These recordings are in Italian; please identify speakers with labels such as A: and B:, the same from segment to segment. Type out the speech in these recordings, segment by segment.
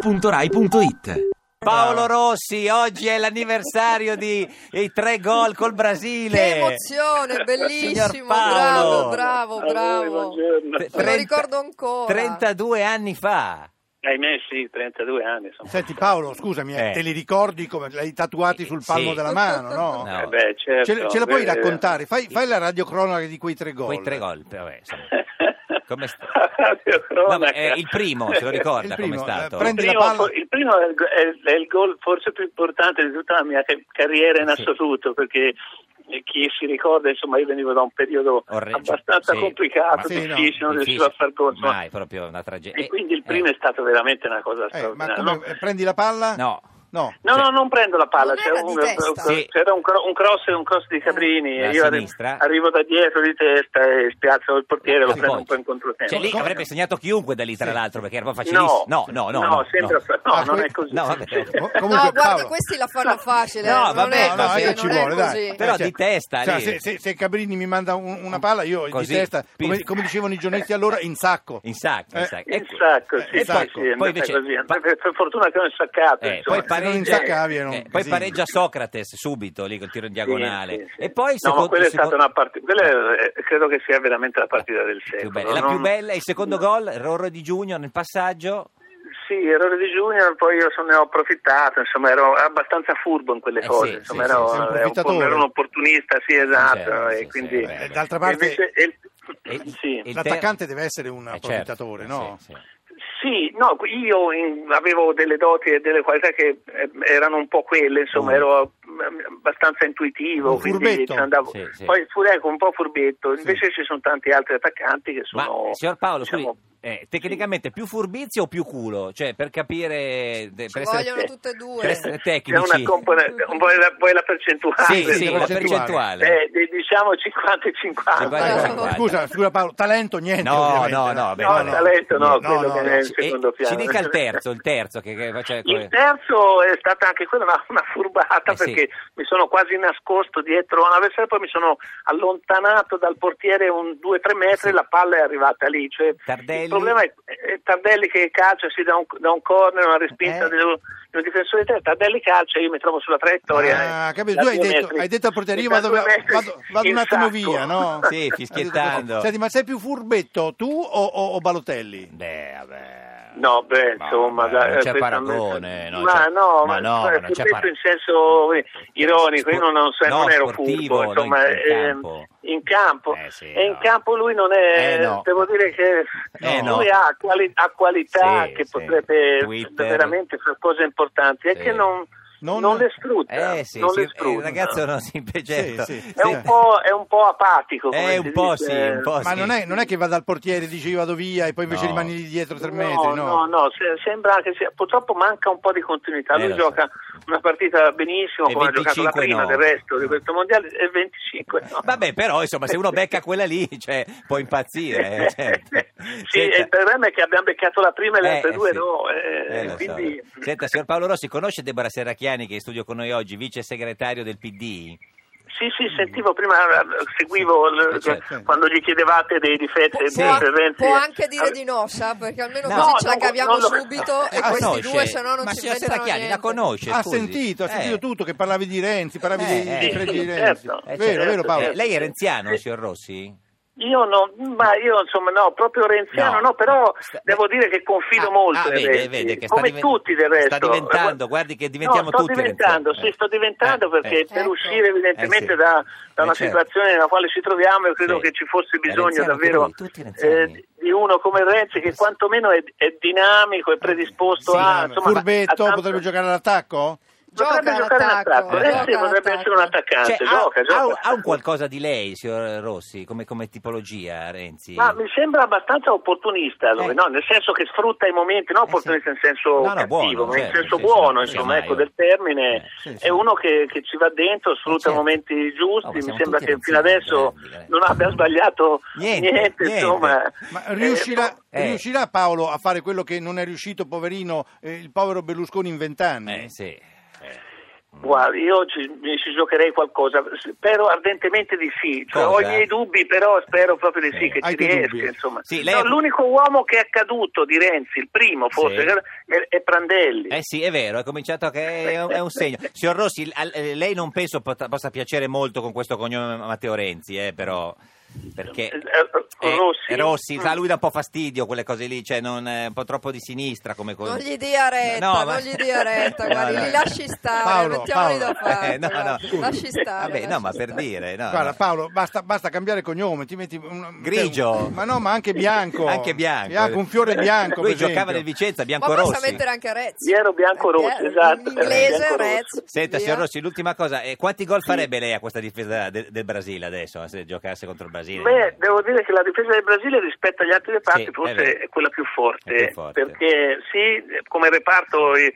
A: radio2pod.rai.it
B: Paolo Rossi, oggi è l'anniversario di i tre gol col Brasile.
C: Che emozione,
B: Signor
C: bellissimo,
B: Paolo.
C: bravo, bravo,
D: A voi,
C: bravo.
D: buongiorno.
B: Tre-
C: Me lo
B: trenta-
C: ricordo ancora.
B: 32 anni fa.
D: Ahimè sì, 32 anni insomma.
E: Senti Paolo, scusami, eh,
B: Eh.
E: te li ricordi come li hai tatuati sul palmo
B: Sì.
E: della mano, no?
B: No.
D: Eh beh, certo,
E: Ce, ce la puoi
D: Eh,
E: raccontare? Fai, fai la radiocronaca di quei tre gol.
B: Quei tre gol, vabbè, insomma. Come sta-
D: Radio cronaca.
B: No, ma, eh, il primo, se lo ricorda
E: Il
B: com'è
E: primo,
B: stato?
E: eh, prendi-
D: Il primo,
E: la palla.
D: il primo è, il go- è- è il gol forse più importante di tutta la mia ca- carriera in
B: Sì.
D: assoluto perché eh, chi si ricorda insomma io venivo da un periodo
B: Orre-
D: abbastanza
B: sì.
D: complicato,
E: Ma sì, no,
D: difficile, non riuscivo a far gol insomma.
B: Mai, proprio una tragedia.
D: e
B: Eh,
D: quindi il
B: eh,
D: primo è stato veramente una
E: Eh,
D: cosa
E: ma
D: straordinaria.
E: come,
D: no?
E: eh, prendi la palla?
B: No.
E: No.
D: No,
B: Sì.
D: no, non prendo la palla,
C: Cioè, Non
D: c'era
C: era
D: un,
C: di testa? Eh,
B: Sì.
D: c'era un cro- un cross, un cross di Cabrini
B: Da
D: e io arri-
B: sinistra.
D: arrivo da dietro di testa e spiazzo il portiere, lo
B: la
D: prendo un
B: poggia.
D: po' in controtempo.
B: Cioè lì
E: Come-
B: avrebbe segnato chiunque da lì tra
E: Sì.
B: l'altro perché era proprio facilissimo.
D: No,
B: No, no, no.
D: sembra fra- no,
E: Ah,
D: non
E: que-
D: è così.
B: no, vabbè.
E: Co-
C: No,
E: comunque,
C: guarda,
E: Paolo-
C: questi la fanno facile.
B: No,
C: eh, non
B: vabbè,
C: è
B: ma
C: così,
B: io
C: non
E: ci
C: è
E: vuole,
C: così.
E: dai.
B: Però
E: Eh,
B: di
E: cioè,
B: testa
E: Cioè,
B: lì.
E: se, se- se Cabrini mi manda un- una palla, io
B: Così,
E: di testa, come,
B: pif.
E: come dicevano i giornalisti allora, in sacco.
B: In sacco, in
E: Eh,
B: sacco.
D: Il
B: Ecco.
D: sacco,
E: eh,
D: sì,
E: il
D: sì,
E: sacco.
D: sì,
B: Poi
D: è andata
B: invece-
D: così.
B: pa-
D: Per, per fortuna che non è saccato.
B: Eh,
D: insomma.
B: poi
E: non
B: pareggia,
E: insaccavi, era un
B: eh, poi
E: casino.
B: pareggia Socrates subito lì col tiro in diagonale
D: Sì, sì, sì.
B: e poi il
D: no,
B: secondo,
D: ma quella è
B: il secondo-
D: stata una partita. Quella è- eh, credo che sia veramente la partita del
B: più
D: secolo.
B: bella. la
D: non-
B: più bella il secondo gol errore di Junior nel passaggio
D: Sì, errore di Junior, poi io se ne ho approfittato, insomma ero abbastanza furbo in quelle
B: Eh
D: cose,
B: sì,
D: insomma
B: sì,
D: ero,
B: sì, sì, un
D: ero un, po-
E: approfittatore.
D: ero un opportunista, sì esatto,
B: Certo,
D: e
B: sì, sì,
D: quindi...
B: beh,
E: Eh,
B: beh.
E: d'altra
D: e
E: parte
D: invece- e-
B: E-
D: sì.
B: e il
E: l'attaccante
B: ter-
E: deve essere un
B: Eh, certo,
E: approfittatore, no?
B: sì, sì.
D: Sì, no, io in- avevo delle doti e delle qualità che eh, erano un po' quelle, insomma,
B: Mm.
D: ero mm, abbastanza intuitivo,
E: Un
D: quindi
E: furbetto.
D: ci andavo.
B: Sì, sì.
D: Poi fu- ecco, un po' furbetto, invece ci sono tanti altri attaccanti che
B: Ma
D: sono
B: signor Paolo, scusi,
D: diciamo,
B: eh, tecnicamente più furbizio o più culo? Cioè, per capire, de-
C: Ci
B: per, essere,
C: vogliono tutte e due.
B: per essere
D: eh, c'è una
B: tecnici.
D: componente, un po' la, poi la percentuale.
B: Sì, sì,
E: Ah, sì,
B: la
E: percentuale.
B: percentuale.
D: Eh, de- diciamo 50 e 50.
B: Guarda,
E: Eh,
B: guarda,
E: no,
B: guarda.
E: Scusa, scusa Paolo, talento niente.
B: No,
E: ovviamente,
B: no, no, beh,
D: No, il talento no,
E: no,
D: quello
E: no,
D: che
E: no.
D: è in
B: Ci- eh,
D: secondo piano.
B: Ci dica il terzo, il terzo che, che cioè, come-
D: Il terzo è stata anche quella una, una furbata
B: Eh sì.
D: perché mi sono quasi nascosto dietro a un avversario, poi mi sono allontanato dal portiere un 2-3 metri
B: Sì.
D: e la palla è arrivata lì. Cioè,
B: Tardelli?
D: Il problema è, è Tardelli che calcia sì, da, un, da un corner, una respinta
B: Eh.
D: di, un, di un difensore di terra, Tardelli calcia, io mi trovo sulla traiettoria.
E: Ah,
D: eh,
E: capito,
D: da
E: tu hai
D: due
E: detto,
D: metri.
E: hai detto al portiere, io
D: Da
E: vado,
D: due metri
E: vado- vado
D: in
E: un attimo
D: sacco.
E: via, no?
B: Sì, fischiettando.
E: Senti, ma sei più furbetto tu o, o- o Balotelli?
B: Beh, vabbè.
D: No, beh,
B: Ma
D: insomma,
B: vabbè,
D: dai,
B: non c'è
D: eh,
B: paragone. non
D: ma
B: c'è-
D: no,
B: ma no, ma
D: cioè,
B: non c'è
D: detto
B: paragone.
D: in senso eh, ironico, io non, non so-
B: No,
D: non ero
B: sportivo,
D: furbo,
B: no,
D: insomma,
B: in- in
D: eh,
B: campo.
D: in campo.
B: Eh, sì,
D: e in
B: no.
D: campo lui non è,
B: Eh, no.
D: devo dire che
B: Eh,
D: lui
B: no.
D: ha, quali- ha qualità
B: Sì,
D: che
B: sì.
D: potrebbe
B: Twitter.
D: veramente fare cose importanti e
B: Sì.
D: che non,
E: Non-
D: non, le sfrutta,
B: Eh, sì,
D: non
B: sì,
D: le
B: eh, il
D: sfrutta.
B: ragazzo non si impegetta.
E: Sì, sì.
D: È un po', è un po' apatico, come
B: Eh,
D: si
B: un po'
D: dice.
B: sì, un po'
E: Ma
B: sì.
E: non è, non è che va dal portiere e dice io vado via e poi invece
B: No.
E: rimani lì dietro tre
D: no,
E: metri, no?
D: No, no, se- sembra che sia, purtroppo manca un po' di continuità.
B: Eh,
D: Lui
B: lo so.
D: gioca una partita benissimo,
B: E
D: come ha giocato la
B: 25
D: prima
B: no.
D: del resto di questo mondiale, e 25 no.
B: Vabbè, però, insomma, se uno becca quella lì, cioè, può impazzire. eh, certo.
D: sì,
B: Senta-
D: e il problema è che abbiamo beccato la prima e le
B: Eh,
D: altre
B: eh,
D: due
B: sì.
D: no. eh,
B: Eh, lo so.
D: quindi...
B: Senta, signor Paolo Rossi, conosce Deborah Serracchiani che è in studio con noi oggi, vice segretario del PD?
D: Sì, sì, sentivo prima, seguivo il-
B: certo. Eh, certo.
D: quando gli chiedevate dei difetti eh, e
B: Sì.
C: Può,
D: dei interventi.
C: può anche dire di no, sa, perché almeno
B: No,
C: così ce la
D: no,
C: caviamo
D: no, no.
C: subito e
B: La
C: questi
B: conosce?
C: due se no non
B: Ma
C: ci
B: signor
C: pensano
B: Serracchiani
C: niente.
B: la conosce?
E: Eh, Ha
B: scusi?
E: sentito, ha
B: Eh.
E: sentito tutto, che parlavi di Renzi, parlavi
B: Eh,
E: di,
B: eh,
E: di Fredi
D: sì,
E: Renzi.
D: certo.
B: Eh,
E: vero,
B: certo.
E: vero Paolo?
B: Eh, lei è renziano, signor Rossi?
D: Io no, ma io insomma no, proprio renziano
B: No.
D: no, però
B: Sta-
D: devo dire che confido
B: Ah,
D: molto
B: ah,
D: in
B: vede,
D: Renzi,
B: vede che sta
D: come
B: diven-
D: tutti del resto.
B: sta diventando, guardi che diventiamo
D: no, sto
B: tutti
D: diventando,
B: renziani.
D: sì, sto diventando
B: Eh,
D: perché
B: eh.
D: per
C: Ecco.
D: uscire evidentemente
B: Eh, sì.
D: da, da
B: Eh,
D: una
B: certo.
D: situazione nella quale ci troviamo io credo
B: Sì.
D: che ci fosse
B: È
D: bisogno
B: renziano anche
D: davvero
B: lui, tutti renziani.
D: eh, di uno come Renzi che
B: Sì. Eh,
D: quantomeno è, è dinamico, è predisposto
B: Sì,
D: a...
B: ma-
D: Insomma,
E: Furbetto,
D: a tanto-
E: potrebbe giocare all'attacco?
D: potrebbe
C: Gioca
D: giocare in
C: all'attacco,
D: attacco,
B: gioca
D: Renzi potrebbe
C: all'attacco.
D: essere un attaccante,
B: Cioè, ha,
D: Ah, gioca,
B: ha-
D: gioca.
B: ha un qualcosa di lei, signor Rossi, come, come tipologia, Renzi?
D: Ma mi sembra abbastanza opportunista lui,
B: Eh.
D: no? nel senso che sfrutta i momenti, non
B: Eh, sì.
D: opportunista in senso
B: No, no,
D: cattivo,
B: buono,
D: ma in
B: certo,
D: senso
B: sì,
D: buono,
B: sì,
D: insomma,
B: sì,
D: ecco,
B: sì.
D: del termine.
B: Eh, sì, sì.
D: È uno che, che ci va dentro, sfrutta
B: Eh, certo.
D: i momenti
B: No, ma
D: giusti, mi
B: siamo
D: sembra
B: tutti
D: che fino
B: anziani,
D: adesso
B: grandi, grandi.
D: non abbia sbagliato
B: Niente,
D: niente,
B: niente.
D: insomma.
E: Ma
D: Eh,
E: riuscirà,
B: eh.
E: riuscirà Paolo a fare quello che non è riuscito, poverino, eh, il povero Berlusconi in vent'anni?
B: Eh, sì. Eh.
D: Guarda, io ci, mi ci giocherei qualcosa, spero ardentemente di sì, Cioè, ho i
B: Cosa? Eh,
D: miei dubbi però spero proprio di sì,
B: Sì.
D: che
E: Hai
D: ci
E: dei
D: riesca
E: dubbi?
D: insomma.
B: Sì, lei-
D: No, l'unico uomo che è accaduto di Renzi, il primo forse,
B: Sì.
D: è, è Prandelli.
B: Eh sì, è vero, è cominciato che è un, è un segno. Signor Rossi, al- eh, lei non penso pot- possa piacere molto con questo cognome Matteo Renzi, eh, però. Perché
D: Eh, eh, Rossi? Mm.
B: sa, lui dà un po' fastidio quelle cose lì, cioè non, è un po' troppo di sinistra come cosa.
C: Non gli dia retta,
B: No,
C: non
B: ma-
C: gli dia retta,
B: No,
C: guardi,
B: no.
C: li lasci stare,
E: Paolo,
C: mettiamoli
E: Paolo.
C: da parte.
B: Eh, no, no.
C: guardi, Lasci stare.
B: Vabbè, no,
C: lasci
B: ma per
C: stare.
B: dire, no,
E: Guarda
B: Ah, no.
E: Paolo, basta, basta cambiare cognome, ti metti un-
B: Grigio.
E: ma no, ma anche bianco.
B: Anche bianco. eh.
E: un fiore bianco.
B: Lui
E: per esempio.
B: giocava nel Vicenza,
C: Ma
B: Bianco
C: possa
B: Rossi.
C: mettere anche Rez.
D: Piero Bianco Rossi,
C: Perché
D: esatto,
C: In inglese
D: Bianco
C: Rez.
B: Senta,
C: via.
B: signor Rossi, l'ultima cosa, eh, quanti gol farebbe lei a questa difesa del, del Brasile adesso, eh, se giocasse contro il Brasile?
D: Beh, devo dire che la difesa del Brasile rispetto agli altri reparti
B: Sì, è
D: forse
B: vero.
D: è, quella più forte,
B: È più forte.
D: perché sì, come reparto eh,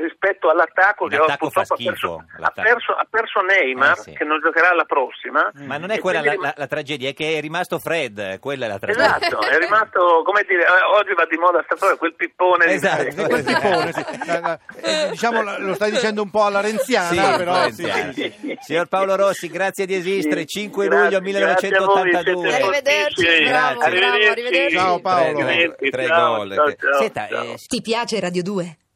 D: rispetto all'attacco che
B: L'attacco fa
D: purtroppo ha
B: schifo,
D: perso, ha
B: l'attacco.
D: perso, ha perso Neymar
B: Eh, sì. Mm.
D: che non giocherà alla prossima.
B: Ma non è
D: Mm. E
B: quella la,
D: quindi
B: la- la tragedia, è che è rimasto Fred, eh, quella è la tragedia.
D: Esatto, è rimasto, come dire, eh, oggi va di moda sta storia, quel pippone di-
B: Esatto.
E: Sì, quel tipone, sì. La- la- eh, diciamo la- lo stai dicendo un po' alla renziana,
B: Sì,
E: però sì,
B: Renziana.
E: sì, sì.
B: Signor Paolo Rossi, grazie di esistere,
D: Sì,
B: 5 luglio
D: grazie, grazie a voi, siete
B: 1982.
C: Arrivederci,
D: fortissimi.
B: bravo, bravo,
C: arrivederci.
E: Ciao, Paolo.
B: Tre,
D: Arrivederci,
B: tre, tre
D: ciao,
B: gol.
D: ciao, ciao,
B: Senta,
D: ciao.
B: eh,
A: Ti piace Radio 2?